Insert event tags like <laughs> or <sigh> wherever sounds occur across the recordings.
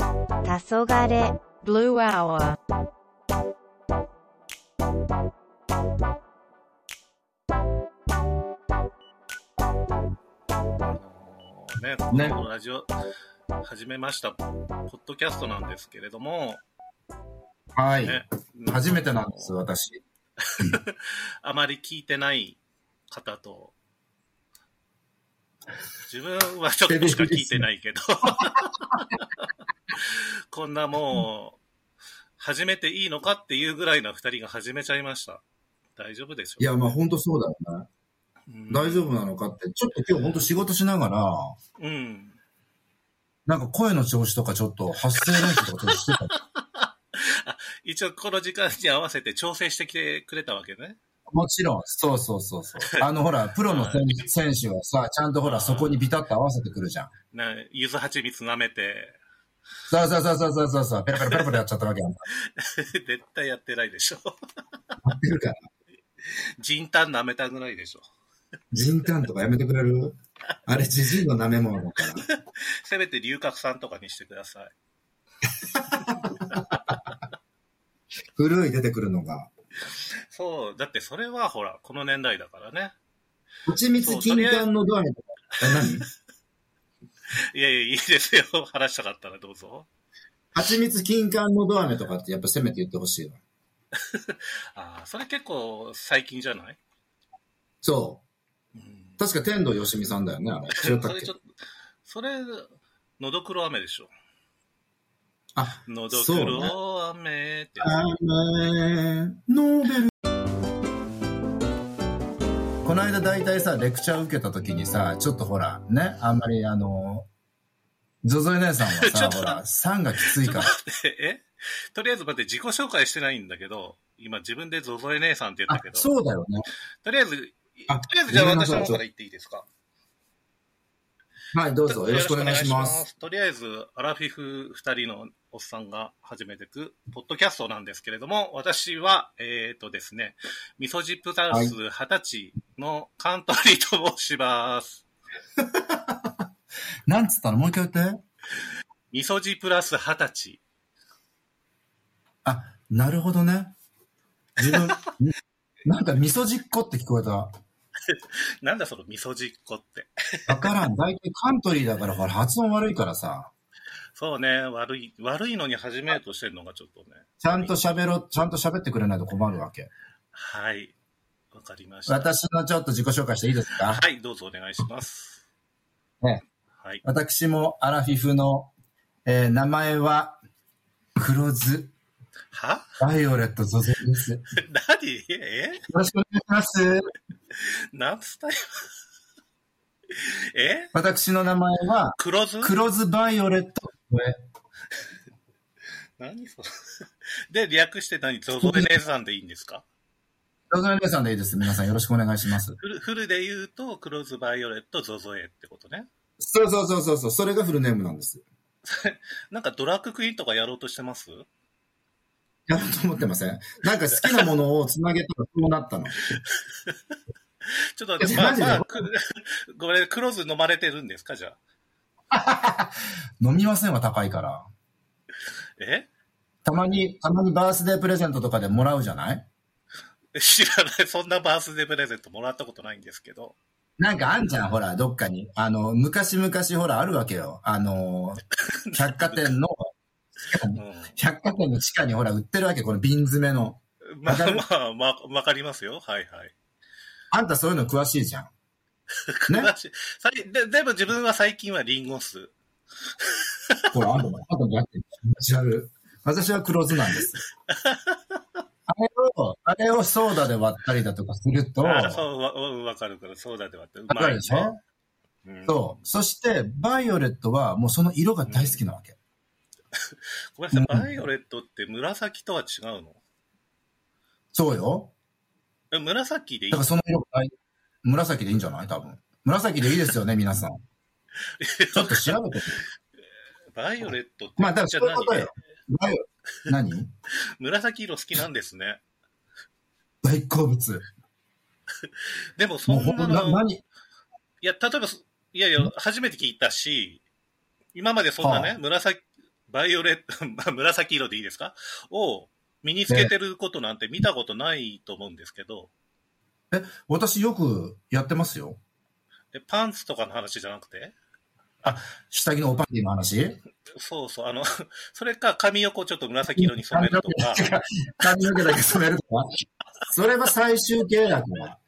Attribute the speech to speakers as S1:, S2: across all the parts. S1: 黄昏
S2: Blue Hour.
S3: ね、
S4: ね
S3: このラジオ始めました、ポッドキャストなんですけれども、
S4: はい。
S3: ね、
S4: 初めてなんです、私。
S3: あまり聞いてない方と、自分はちょっとしか聞いてない
S4: <laughs>
S3: けど、こんなもう、始めていいのかっていうぐらいな二人が始めちゃいました。大丈夫でしょう
S4: いや、まあ本当そうだよね。
S3: うん
S4: 大丈夫なのかって、ちょっと今日本当仕事しながら、
S3: うん。
S4: なんか声の調子とかちょっと発声練習とかちょっとして <laughs> た。
S3: 一応この時間に合わせて調整してきてくれたわけね。
S4: もちろん、そうそうそうそう。あのほら、プロの選手選手はさ、ちゃんとほら、そこにビタッと合わせてくるじゃん。
S3: な、ゆず蜂蜜舐めて、
S4: さあさあさあさあさあさあさあ、ペラペラペラペラやっちゃったわけやん。や
S3: 絶対やってないでしょ。 <laughs>
S4: ってるから。
S3: ジンタン舐めたぐらいでしょ。
S4: ジンタンとかやめてくれるあれ、ジジイの舐め物だから。
S3: せめて龍角さんとかにしてください。
S4: 古い出てくるのが。
S3: そう、だってそれはほら、この年代だからね。
S4: 蜂蜜金柑のドアに。え、何
S3: いやいや、いいですよ。 <laughs> 話したかったらどうぞ。
S4: 蜂蜜金柑のドアメとかってやっぱせめて言ってほしいわ。
S3: ああ、それ結構最近じゃない、
S4: そ
S3: うん
S4: う。、確か天童よしみさんだよね、あれ。
S3: <laughs>
S4: 違った
S3: そ
S4: っ
S3: れ
S4: け
S3: ちょっと、それ、のどくろ飴でしょ。
S4: あ、
S3: のど
S4: そ
S3: く
S4: うね
S3: ろ飴ってやつ。
S4: あーノーベル。この間大体さ、レクチャー受けた時にさ、ちょっとほら、ね、あんまりあの、ゾゾエ姉さんは
S3: ちょ
S4: さ、
S3: っと
S4: ほら、酸がきつい
S3: ちょっと
S4: から。
S3: <laughs> 待って、えとりあえず待って、自己紹介してないんだけど、今自分でゾゾエ姉さんって言
S4: あ
S3: ったけ、ど、と
S4: そうだよね。
S3: りあえず、とり
S4: あ
S3: あえずじゃあ
S4: ごめんな
S3: 私
S4: さい
S3: の方から言っていいですか
S4: はい、どうぞ。よろしくお願いします。。
S3: とりあえず、アラフィフ2人のおっさんが始めていく、ポッドキャストなんですけれども、私は、えっ、とですね、みそじプラス20歳のカントリーと申します。
S4: なんつったのもう一回言って。
S3: みそじプラス20歳。
S4: あ、なるほどね。自分、 <laughs> なんか味噌じっこって聞こえた。
S3: なんだそのみそじっこって。
S4: わからん。大体カントリーだから、ほら、発音悪いからさ。
S3: そうね、悪い、悪いのに始めようとしてるのがちょっとね。
S4: ちゃんと喋ろ、ちゃんと喋ってくれないと困るわけ。
S3: はい。わかりました。は
S4: 私のちょっと自己紹介していいですか
S3: い、どうぞお願いします。
S4: ね
S3: はい。
S4: 私もアラフィフの、えー名前は、黒ズ、
S3: は <laughs>
S4: バイオレットゾゼです。よ
S3: 何え
S4: ろしくお願いします。
S3: なんつったよ。 <laughs> え
S4: 私の名前は、
S3: 黒酢
S4: 黒ズバイオレットゾゼ。
S3: 何それ。 <laughs> で、略して何ゾゾで姉さんでいいんですか
S4: ゾゾエ姉さんでいいです。皆さんよろしくお願いします。
S3: フルフルで言うと、黒酢バイオレット、ゾゾエってことね。
S4: そうそうそうそうそう、それがフルネームなんです。
S3: なんかドラッグクイーンとかやろうとしてます
S4: やろうと思ってませんなんか好きなものをつなげたらそうなったの。
S3: ちょっと待って、
S4: え
S3: まあ
S4: マジで
S3: まあ、く <laughs> ごめん、黒酢飲まれてるんですかじゃあ。
S4: 飲みませんは高いから。
S3: え <laughs>
S4: たまに、たまにバースデープレゼントとかでもらうじゃない
S3: 知らない。そんなバースデープレゼントもらったことないんですけど。
S4: なんかあんじゃん、ほら、どっかに。あの、昔々ほら、あるわけよ。
S3: <laughs>
S4: あの、百貨店の、
S3: うん。
S4: 百貨店の地下にほら、売ってるわけ、この瓶詰めの。
S3: ま
S4: わかる
S3: あまあ、まわかりますよ。はいはい。
S4: あんたそういうの詳しいじ
S3: <laughs>
S4: ゃん。ね
S3: 詳しいさいででも自分は最近はリンゴ酢。
S4: ほら、あんたも、あんたもやってる気持ち悪い私は黒酢なんです。あれを、あれをソーダで割ったりだとかすると、
S3: あそう、わ、わわかるから、そうだってわって、う
S4: わかるでしょ、
S3: うん
S4: そう。そして、バイオレットはもうその色が大好きなわけ。
S3: ごめんなさ
S4: う
S3: い、
S4: ん
S3: バイオレットって紫とは違うの
S4: そうよ。
S3: え紫でいい
S4: だからその色が大紫でいいんじゃない多分。紫でいいですよね、皆
S3: <laughs>
S4: さん。ちょっと調べて。
S3: バイオレットって、
S4: まあ、だから
S3: じ
S4: そ
S3: ゃ
S4: ういうことよ。バイオ何
S3: 何紫色好きなんですね。
S4: 大好物。
S3: でもそ
S4: もうんほん
S3: な
S4: と、
S3: の
S4: な、、何
S3: いや、例えばそ、いやいや、初めて聞いたし、今までそんなね、
S4: は
S3: 紫、バイオレット、 <laughs> まあ紫色でいいですかを身につけてることなんて見たことないと思うんですけど、
S4: え、私よくやってますよ。
S3: でパンツとかの話じゃなくて、
S4: 下着のおパンティの話。
S3: そうそう、あの、 <laughs> それか髪横ちょっと紫色に染めるとか、
S4: 髪の毛だけ染めるとか。それは最終形だから。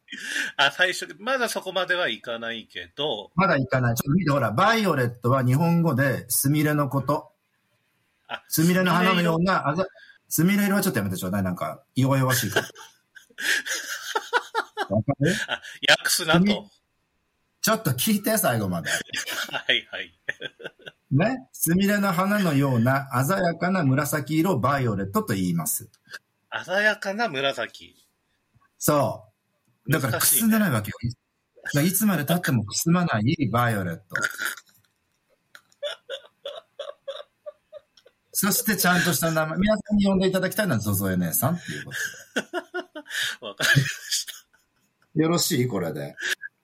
S3: あ、最初、まだそこまではいかないけど、
S4: まだいかない。ちょっと見て、ほら、バイオレットは日本語で、スミレのこと。
S3: あ、
S4: スミレの花のような、あざ、スミレ色はちょっとやめてちょうだい。なんか、弱々しいから。わかる
S3: あ、訳すなと。
S4: ちょっと聞いて、最後まで。
S3: <laughs> はいはい。
S4: ね。スミレの花のような鮮やかな紫色をバイオレットと言います。
S3: 鮮やかな紫。
S4: そう。だからく
S3: 難しい
S4: すんでないわけよ。だからいつまで経ってもくすまないバイオレ
S3: <laughs>
S4: ット。そしてちゃんとした名前、皆さんに呼んでいただきたいのはゾゾエ姉さんっていうこ
S3: わかりました。
S4: と。よろしいこれで。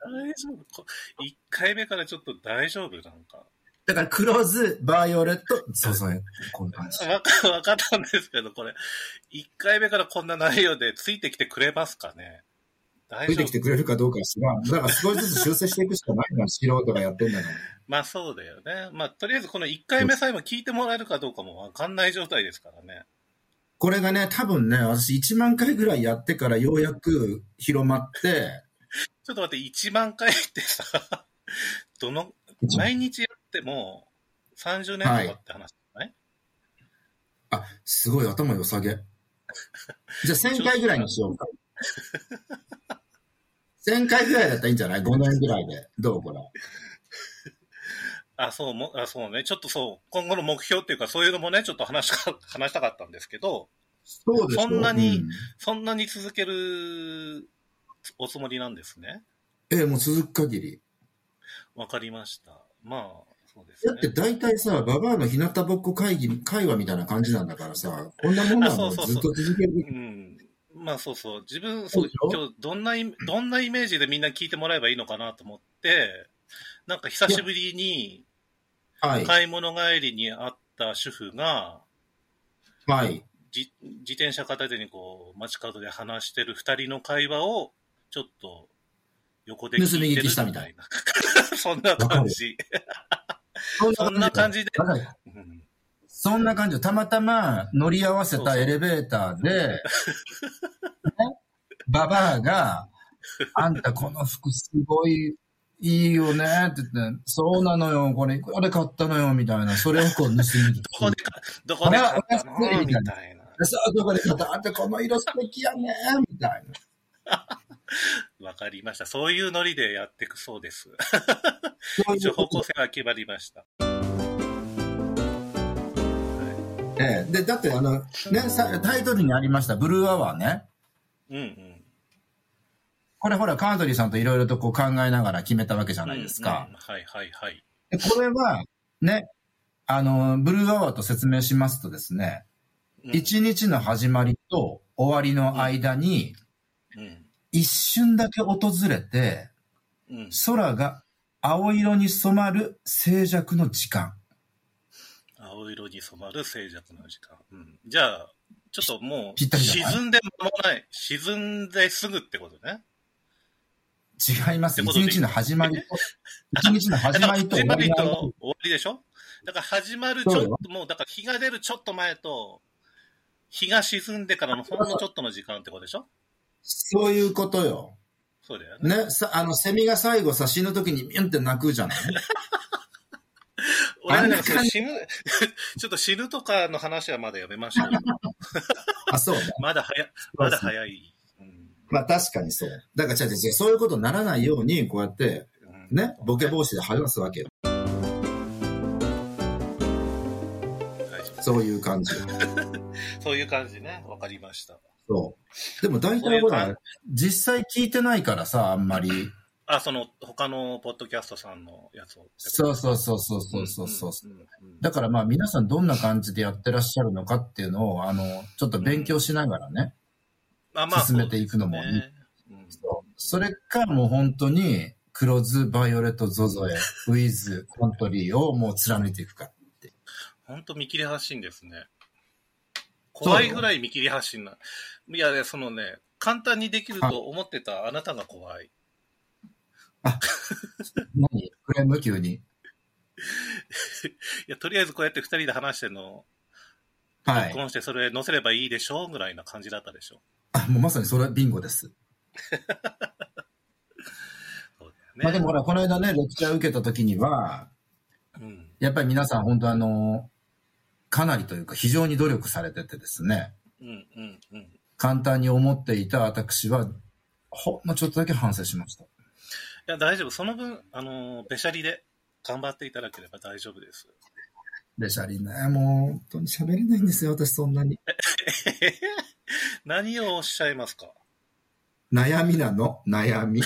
S3: 大丈夫こ ?1 回目からちょっと大丈夫なんか。
S4: だから黒酢、バイオレット、ゾゾエ。こういう感じ。
S3: わか、わかったんですけど、これ、1回目からこんな内容でついてきてくれますかね大
S4: つ
S3: 丈
S4: いて
S3: 夫
S4: きてくれるかどうかは知らん。だから少しずつ修正していくしかないのは素人がやってんだから。
S3: まあそうだよね。まあとりあえずこの1回目さえも聞いてもらえるかどうかもわかんない状態ですからね。
S4: これがね、多分ね、私1万回ぐらいやってからようやく広まって、
S3: ちょっと待って、1万回ってさ、 <laughs> どの、毎日やっても30年とかって話じゃない、
S4: あ、すごい頭良さげ。じゃあ1000回ぐらいにし
S3: <laughs>
S4: ようか。1000回ぐらいだったらいいんじゃない ?5 年ぐらいで。どうこれ。
S3: あ、そうも、あ、そうね。ちょっとそう、今後の目標っていうか、そういうのもね、ちょっと話か、 <laughs> 話したかったんですけど、
S4: そう
S3: でしょそんなに
S4: うん
S3: そんなに続けるおつもりなんですね。
S4: ええ、もう続く限り。
S3: わかりました。まあ、そうです
S4: だって
S3: ね。
S4: 大体さ、ババアの日向ぼっこ会議、会話みたいな感じなんだからさ、こんなもんなの
S3: あそうそうそう
S4: ずっと続ける。
S3: うん。まあそうそう。自分、そう
S4: でしょ、
S3: 今日どんなイメ、どんなイメージでみんな聞いてもらえばいいのかなと思って、なんか久しぶりに
S4: はい。
S3: 買い物帰りに会った主婦が、
S4: はい。
S3: じ自転車片手にこう、街角で話してる二人の会話を、ちょっと、横で
S4: 盗み聞きしたみたい
S3: な。 <laughs> そんな感じ。そんな感じで。
S4: だから
S3: うん
S4: そんな感じよたまたま乗り合わせたエレベーターで、ねババアが、あんたこの服すごいいいよねって言って、そうなのよ、これいくらで買ったのよ、みたいな。それをこう盗みに来
S3: <laughs> どこでか、どこで買ったの
S4: あれは
S3: みたいな。
S4: て、さあ、どこで買ったあんたこの色素敵やねみたいな。
S3: わかりました。そういうノリでやっていくそうです。
S4: そう
S3: 一
S4: い
S3: 応
S4: うこ
S3: 方
S4: と
S3: 向性は決まりました。
S4: で、でだってあの、ね、さタイトルにありました、ブルーアワーね。
S3: うんうん。
S4: これほら、カントリーさんといろいろとこう考えながら決めたわけじゃないですか。
S3: うんうんはいはいはい。
S4: でこれは、ね、あの、ブルーアワーと説明しますとですね、
S3: うん
S4: 一日の始まりと終わりの間に、
S3: うん。
S4: 一瞬だけ訪れて、
S3: うん。
S4: 空が青色に染まる静寂の時間。
S3: 青色に染まる静寂の時間。うん。じゃあ、ちょっともう、
S4: ぴったりじゃない
S3: 沈んで間もない。沈んですぐってことね。
S4: 違います。
S3: って
S4: 一
S3: ことで
S4: 日の始まりと、一日の始まりと終わりの
S3: 始ま
S4: 間
S3: と終わりでしょだから始まるち
S4: そう
S3: ょっ
S4: よ
S3: と、もうだから日が出るちょっと前と、日が沈んでからのほんのちょっとの時間ってことでしょ
S4: そういうことよ。
S3: そうだよね。
S4: ね、さ、あの、セミが最後さ、死ぬ時にミュンって泣くじゃない
S3: 俺はね
S4: あんな
S3: そ
S4: 感
S3: の
S4: じ
S3: 死ぬ、 <laughs> ちょっと死ぬとかの話はまだやめましょう。
S4: <laughs> あ、そうね。
S3: まだ早い、まだ早い。うん
S4: まあ確かにそう。だから違う違う違う、そういうことにならないように、こうやって、
S3: うん
S4: ね、ボケ防止で話すわけよ。
S3: 大丈夫
S4: そういう感じ。
S3: そういう感じね。わかりました。
S4: そう。でも大体ほ
S3: そういう
S4: ら、実際聞いてないからさ、あんまり。
S3: あ、その、他のポッドキャストさんのやつを。
S4: そうそうそうそうそうそうそう。
S3: んうんうん
S4: だからまあ皆さんどんな感じでやってらっしゃるのかっていうのを、あの、ちょっと勉強しながらね、
S3: まあまあ、
S4: 進めていくのもいい
S3: そうですね
S4: それかもう本当に、黒酢、バイオレット、ゾゾエ、ウィズ、コントリーをもう貫いていくか。
S3: うほんと見切り発信ですね。怖いぐらい見切り発信な。いやいや、そのね、簡単にできると思ってたあなたが怖い。
S4: あ、何クレーム急に。
S3: いや、とりあえずこうやって二人で話してんの、
S4: は
S3: 録
S4: い。
S3: 音してそれ載せればいいでしょうぐらいな感じだったでしょ。
S4: あ、もうまさにそれはビンゴです。
S3: そう
S4: ま
S3: だよ
S4: あで
S3: ね。
S4: もほら、この間ね、レクチャー受けた時には、
S3: うん。
S4: やっぱり皆さん本当あの、かなりというか非常に努力されててですね、
S3: うんうんうん。
S4: 簡単に思っていた私は、ほんのちょっとだけ反省しました。
S3: いや、大丈夫。その分、あのー、べしゃりで頑張っていただければ大丈夫です。 <laughs>
S4: レシャリね、もう本当に喋れないんですよ、私そんなに。
S3: 何をおっしゃいますか <laughs>
S4: 悩みなの、悩 <laughs> み。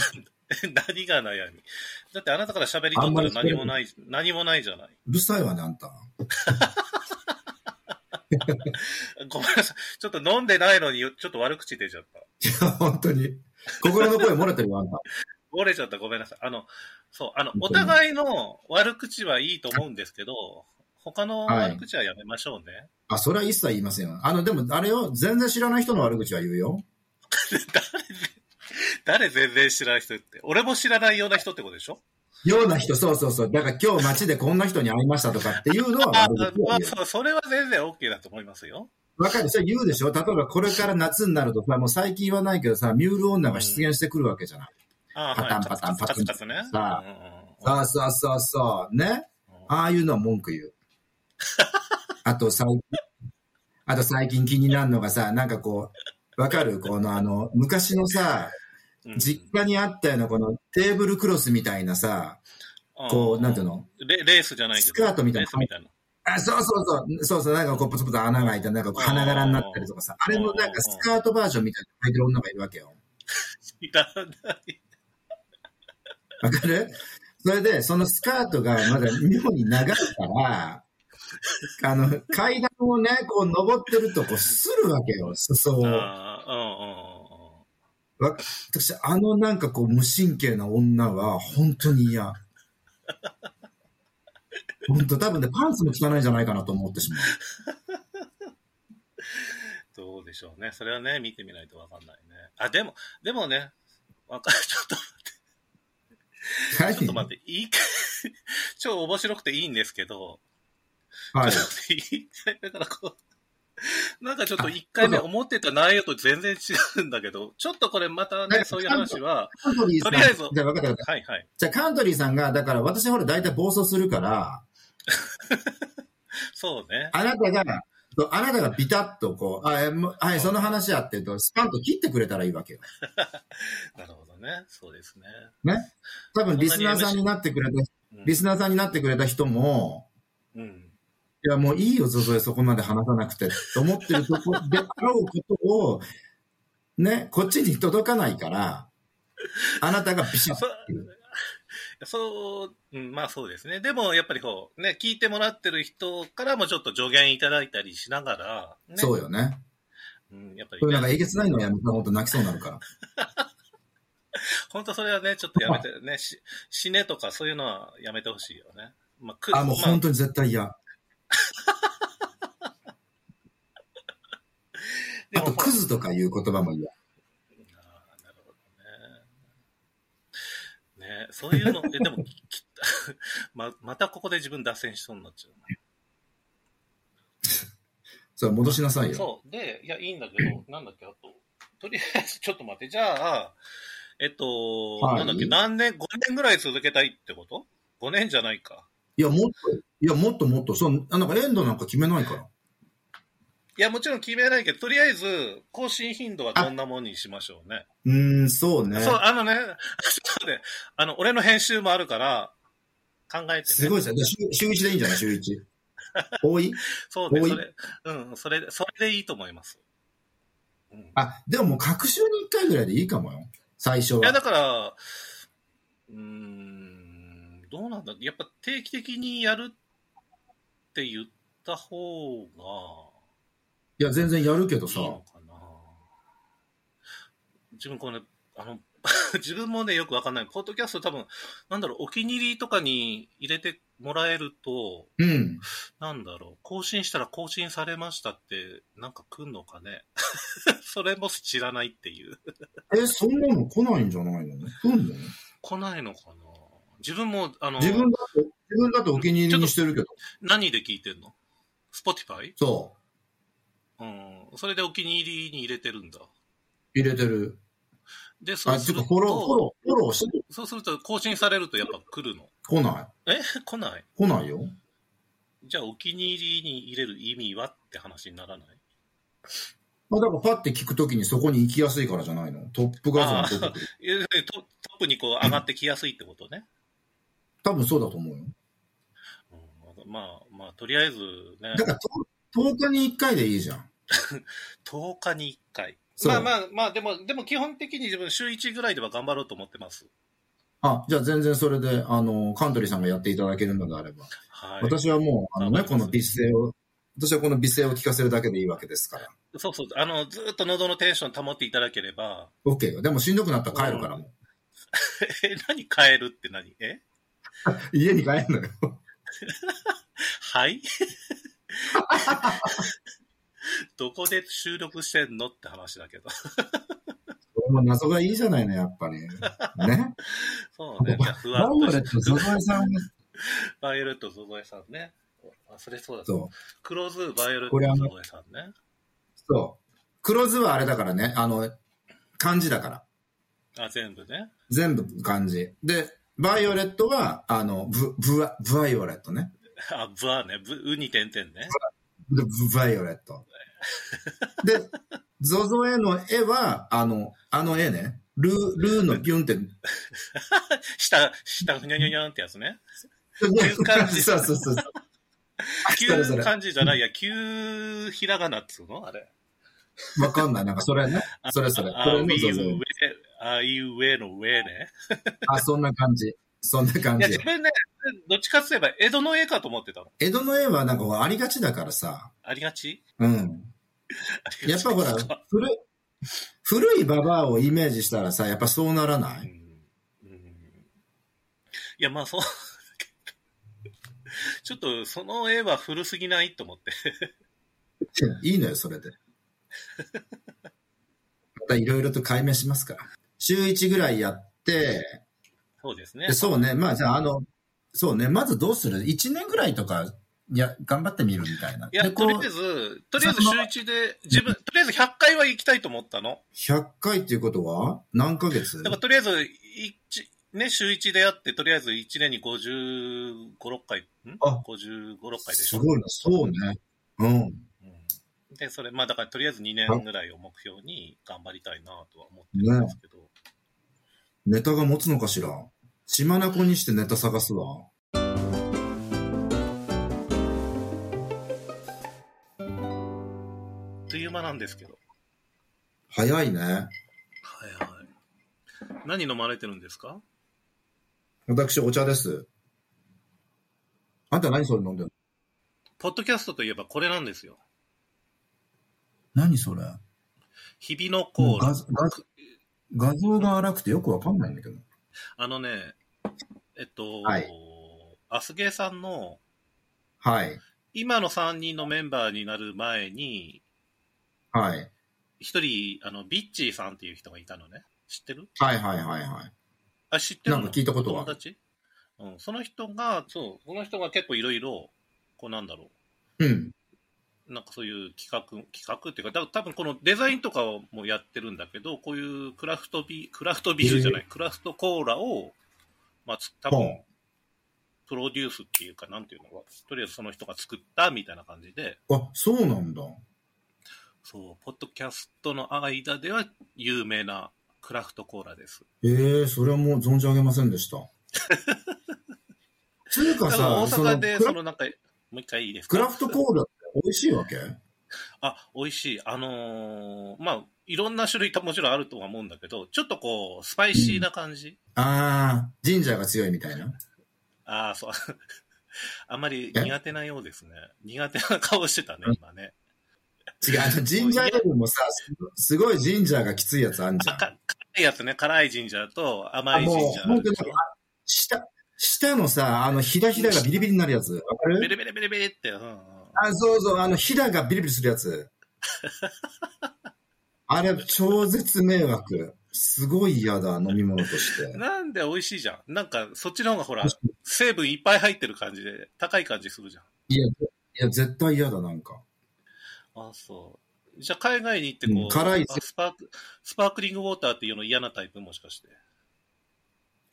S3: 何が悩みだってあなたから喋りとったら何もない、何もないじゃない。
S4: うるさいわね、あんた。
S3: ごめんなさい。ちょっと飲んでないのに、ちょっと悪口出ちゃった。
S4: <laughs> 本当に。心の声漏れてるわ、あんた。
S3: 漏れちゃった。ごめんなさい。あの、そう、あの、お互いの悪口はいいと思うんですけど、他の悪口はやめましょうね。
S4: あ、それは一切言いませんよ。あの、でも、あれよ、全然知らない人の悪口は言うよ。
S3: 誰全然知らない人って。俺も知らないような人ってことでしょ
S4: ような人、そうそうそう。だから今日街でこんな人に会いましたとかっていうのは
S3: あ、
S4: 悪口は言う
S3: まあ、そうそれは全然 OK だと思いますよ。
S4: わかる。それ言うでしょ例えばこれから夏になるとさ、もう最近はないけどさ、ミュール女が出現してくるわけじゃない。
S3: あ
S4: パタンパタンパタ
S3: カ
S4: ン
S3: ツカツね。
S4: さあ
S3: うんうんうん
S4: ああ、そうそうそう。ね。
S3: うん
S4: ああいうのは文句 <laughs> 言う。あと最近、あと最近気になるのがさ、なんかこう、わかるこのあの、昔のさ、
S3: うん
S4: 実家にあったようなこのテーブルクロスみたいなさ、こう、なんていうの
S3: レレースじゃないけど。
S4: スカートみたいな
S3: レースみたいな。
S4: あ、そうそうそう。そうそう。なんかこう、ポツポツ穴が開いた、なんかこう花柄になったりとかさ、あれのなんかスカートバージョンみたいなの履いてる女がいるわけよ。
S3: いらない。
S4: わかるそれで、そのスカートがまだ妙に長いから、あの、階段をね、こう登ってると、こう、するわけよ、裾を。
S3: <laughs> ああうんうんうんうん
S4: わ私、あのなんかこう、無神経な女は、本当に嫌。本当、多分ね、パンツも汚いんじゃないかなと思ってしまう。
S3: どうでしょうね。それはね、見てみないとわかんないね。あ、でも、でもね、わか <laughs> ちょっと、
S4: はい
S3: ちょっと待って、いい、 <laughs> 超面白くていいんですけど、
S4: はい
S3: ちょっと待って一回目からこう、なんかちょっと一回目
S4: あそう
S3: 思ってた内容と全然違うんだけど、ちょっとこれまた
S4: なん
S3: ね、
S4: か
S3: そういう話は、
S4: カントリーさん。
S3: とりあえず
S4: じゃあ、わかったわかった。
S3: はいはい。
S4: じゃあ、カントリーさんが、だから、私ほら、大体暴走するから、
S3: そうね。
S4: あなたが、そうあなたがビタッとこう、あ、えもうはい、その話やってると、スパンと切ってくれたらいいわけよ。
S3: なるほどね。そうですね。
S4: ね。多分、リスナーさんになってくれた、
S3: うん
S4: リスナーさんになってくれた人も、
S3: うん。
S4: いや、もういいよ、ゾゾエ、そこまで話さなくて、と思ってるとこであろうことを、ね、こっちに届かないから、あなたがビシャッ
S3: そ <laughs>
S4: ていう。
S3: そう、うん、まあそうですね。でもやっぱりこう、ね、聞いてもらってる人からもちょっと助言いただいたりしながら、ね、
S4: そう
S3: う。
S4: よね。
S3: ん、やっぱ
S4: こ
S3: り
S4: れなんか
S3: ね、
S4: えげつないのやめたらほんと泣きそうになるから。
S3: 本当それはね、ちょっとやめて、ね、し死ねとかそういうのはやめてほしいよね。まあ、く
S4: あ、もう
S3: まあ
S4: 本、当に絶対嫌。あ
S3: でも
S4: と、クズとかいう言葉も嫌。
S3: あーなるほどね。ね、そういうの、えでも、きき <laughs> ま、またここで自分脱線しそうになっちゃ。
S4: それ戻しなさいうよ。
S3: そう。で、いや、いいんだけ
S4: <clears throat>
S3: ど、なんだっけ、あと、とりあえず、ちょっと待って、じゃあ、えっと、
S4: はい
S3: なんだっけ、何年、5年ぐらい続けたいってこと ?5 年じゃないか。
S4: いや、もっと、いや、もっともっと、そう、あなんかエンドなんか決めないから。
S3: いや、もちろん決めないけど、とりあえず、更新頻度はどんなもんにしましょうね。
S4: うーん、そうね。
S3: そう、あのね、 <laughs> そうね、あの、俺の編集もあるから、考えて、ね。
S4: すごいじゃん。で週週1でいいんじゃない週1。多い
S3: そうね、
S4: 多い
S3: それ、うん、それ、それでいいと思います。うん、い
S4: あ、でももう、隔週に1回ぐらいでいいかもよ。最初
S3: や、
S4: は。
S3: だから、うーん、どうなんだやっぱ定期的にやるって言った方が
S4: いや、全然やるけど
S3: い
S4: さ
S3: い。のかな。自分これ、あの、 <laughs> 自分もね、よくわかんない。ポッドキャスト多分、なんだろう、お気に入りとかに入れてもらえると、
S4: うん。
S3: なんだろう、更新したら更新されましたって、なんか来んのかね。 <laughs> それも知らないっていう。
S4: え、そんなの来ないんじゃないの来んの
S3: 来ないのかな自分も、あの、
S4: 自分だと、自分だとお気に入りにしてるけど。
S3: 何で聞いてんの ?Spotify?
S4: そ
S3: うん。それでお気に入りに入れてるんだ。
S4: う。入れてる。
S3: で、そ
S4: あ、
S3: う
S4: ち
S3: す
S4: ょっと
S3: る
S4: フォロー、フォ
S3: と、
S4: ロー、フォローして
S3: そうすると更新されるとやっぱ来るの。
S4: 来ない。
S3: え来ない
S4: 来ないよ。
S3: じゃあお気に入りに入れる意味はって話にならない
S4: まあ、だからパッて聞くときにそこに行きやすいからじゃないのトップ画像に撮ってくる。
S3: いやトトップにこう上がってきやすいってことね。
S4: 多分そうだと思うよ。
S3: うん、まあまあ、とりあえずね
S4: だ、からと10日に1回でいいじゃん。
S3: 10日に1回。
S4: そう
S3: まあまあまあ、でも、でも基本的に自分週1ぐらいでは頑張ろうと思ってます。
S4: あ、じゃあ全然それで、あの、カントリーさんがやっていただけるのであれば。
S3: はい。
S4: 私はもう、あのね、
S3: わか
S4: こ
S3: ります
S4: の美声を、私はこの美声を聞かせるだけでいいわけですから。
S3: そうそう。あの、ずっと喉のテンション保っていただければ、 <laughs>
S4: OK よ。でもしんどくなったら帰るからも
S3: え、何変えるって何え
S4: う。家に帰るのよ。
S3: はいどこで収録してんのって話だけど。
S4: これも謎がいいじゃないの、やっ
S3: <laughs>
S4: ぱり。ね。
S3: そう
S4: <laughs>
S3: ね。じゃあ不
S4: ラ
S3: 安
S4: ン
S3: と
S4: ボ
S3: し
S4: レ
S3: て
S4: ット、サザエさんが、
S3: バイオレット・ゾゾエさんね。忘れそうだった。
S4: そう、
S3: クローズ・バイオレッ
S4: これあ
S3: ト・
S4: の
S3: ゾゾエさんね。
S4: そう。黒図はあれだからね、あの、漢字だから。
S3: あ、全部ね。
S4: 全部漢字。で、バイオレットは、あの、ブ、ブワ、ブワイオレットね。
S3: あ、ブアね。ブ、ウに点々ね。
S4: でブバイオレット。で、ゾゾエの絵は、あの、あの絵ね。ルー、ルーのピュンって、
S3: 下、下、ふにゃにゃにゃんってやつね。
S4: そう
S3: 漢字
S4: そうそうそう。
S3: 急
S4: それそれ
S3: 漢字じゃない。いや、急ひらがなっつうのあれ。
S4: わかんない。なんかそれね。それそれ。
S3: あ、
S4: それ
S3: ウ
S4: の
S3: ィ
S4: ゾゾ
S3: ー
S4: エ
S3: ウェ。、あいう上の上ね。
S4: あ、そんな感じ。そんな感
S3: いや、
S4: じ
S3: 自。分ね、どっちかといえば江戸の絵かと思ってたの。
S4: 江戸の絵はなんかほらありがちだからさ。
S3: ありがち
S4: うん。やっぱほら、古い、古いババアをイメージしたらさ、やっぱそうならな
S3: う
S4: い
S3: んうんいや、まあそう。 <laughs> ちょっとその絵は古すぎないと思って。
S4: <laughs> いいのよ、それで。またいろいろと解明しますから。週1ぐらいやって、
S3: そうですね
S4: で。そうね、まあじゃあ、あの、そうね、まずどうする ?1 年ぐらいとか、いや、頑張ってみるみたいな。
S3: いや、
S4: で、こと
S3: りあえ
S4: う、
S3: ず、とりあえず週一で、自分、とりあえず100回は行きたいと思ったの。
S4: 100回っていうことは何ヶ月
S3: だからとりあえず、一、ね、週一でやって、とりあえず1年に55、6回、ん
S4: あ
S3: ?55、6回でし
S4: す
S3: ょ。
S4: ごいな、そうね。う
S3: う
S4: ん。
S3: んで、それ、まあだからとりあえず2年ぐらいを目標に頑張りたいなとは思ってるんですけど。
S4: ネタが持つのかしら血眼にしてネタ探すわ。
S3: あっという間なんですけど。
S4: 早いね。
S3: はいはい。何飲まれてるんですか
S4: 私、お茶です。あんた何それ飲んでる
S3: ポッドキャストといえばこれなんですよ。
S4: の何それ
S3: 日々のコ
S4: もう
S3: ー
S4: 画
S3: ル。
S4: 像画画像が荒くてよくわかんないんだけど。
S3: あのね、えっと、
S4: はい
S3: アスゲーさんの
S4: はい。
S3: 今の3人のメンバーになる前に、
S4: はい。
S3: 一人、あの、ビッチーさんっていう人がいたのね。知ってる
S4: はいはいはいはい。
S3: あ、知ってるの
S4: なんか聞いたことは
S3: 友達うん、その人が、そう、その人が結構いろいろ、こうなんだろう。
S4: うん。
S3: なんかそういう企画、企画っていうか、だ多分このデザインとかもやってるんだけど、こういうクラフトビ、クラフトビールじゃない、クラフトコーラを、まあ、つ多
S4: ポ
S3: 分
S4: ン。
S3: プロデュースっていうか、なんていうのか、とりあえずその人が作ったみたいな感じで、
S4: あ、そうなんだ。
S3: そう、ポッドキャストの間では有名なクラフトコーラです。
S4: ええそれはもう存じ上げませんで <laughs> した。つう
S3: だ
S4: か
S3: から
S4: さ、
S3: 大阪で、
S4: そ
S3: そ
S4: のクラ
S3: のなんか、もう一回いいですか
S4: クラフトコーラって美味しいわけ
S3: あ、美味しい。あのーまあ、いろんな種類ともちろんあるとは思うんだけど、ちょっとこう、スパイシーな感じ、
S4: ああ、ジンジャーが強いみたいな。
S3: ああ、そう。 <laughs> あんまり苦手なようですね。苦手な顔してたね、今ね。
S4: 違う、あのジンジャーエールもさ、すごいジンジャーがきついやつあんじゃん。
S3: 赤、いやつね、辛い神社と甘い
S4: もう
S3: 神社。
S4: 本当に下、下のさ、あの、ひだひだがビリビリになるやつ。わか
S3: ベ
S4: る
S3: レベレベレベレって、うんうん。
S4: あ、そうそう、あの、ひだがビリビリするやつ。あれ、超絶迷惑。すごい嫌だ、飲み物として。
S3: なんで美味しいじゃん。なんか、そっちの方がほら、成分いっぱい入ってる感じで、高い感じするじゃん。
S4: いや、いや絶対嫌だ、なんか。
S3: あ、そう。じゃあ、海外に行ってこう、
S4: うん辛い
S3: あスパーク、スパークリングウォーターっていうの嫌なタイプもしかして。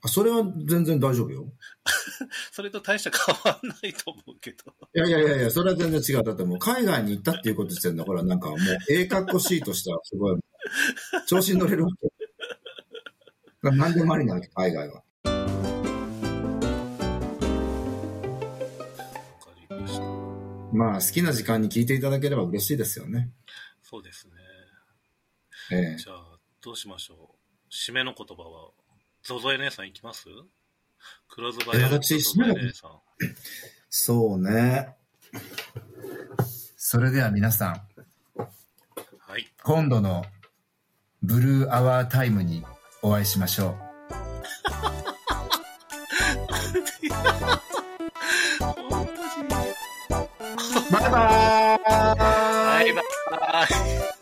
S4: あそれは全然大丈夫よ。
S3: それと大した変わんないと思うけど。
S4: いやいやいやいや、それは全然違う。だってもう海外に行ったっていうことしてんだから、なんかもう、ええ格好しいとしてはすごい、調子に乗れるわけ。何でもありなわけ、海外は。
S3: わかりました。
S4: まあ、好きな時間に聞いていただければ嬉しいですよね。
S3: そうですね。
S4: ええ
S3: じゃあ、どうしましょう。締めの言葉は、ゾゾエ姉さんいきます黒ズバ
S4: え
S3: ヤ
S4: 私締めの
S3: さん。
S4: そうね。それでは皆さん、
S3: はい。
S4: 今度のブルーアワータイムにお会いしましょう。バイバー
S3: バ
S4: イ
S3: イバイ。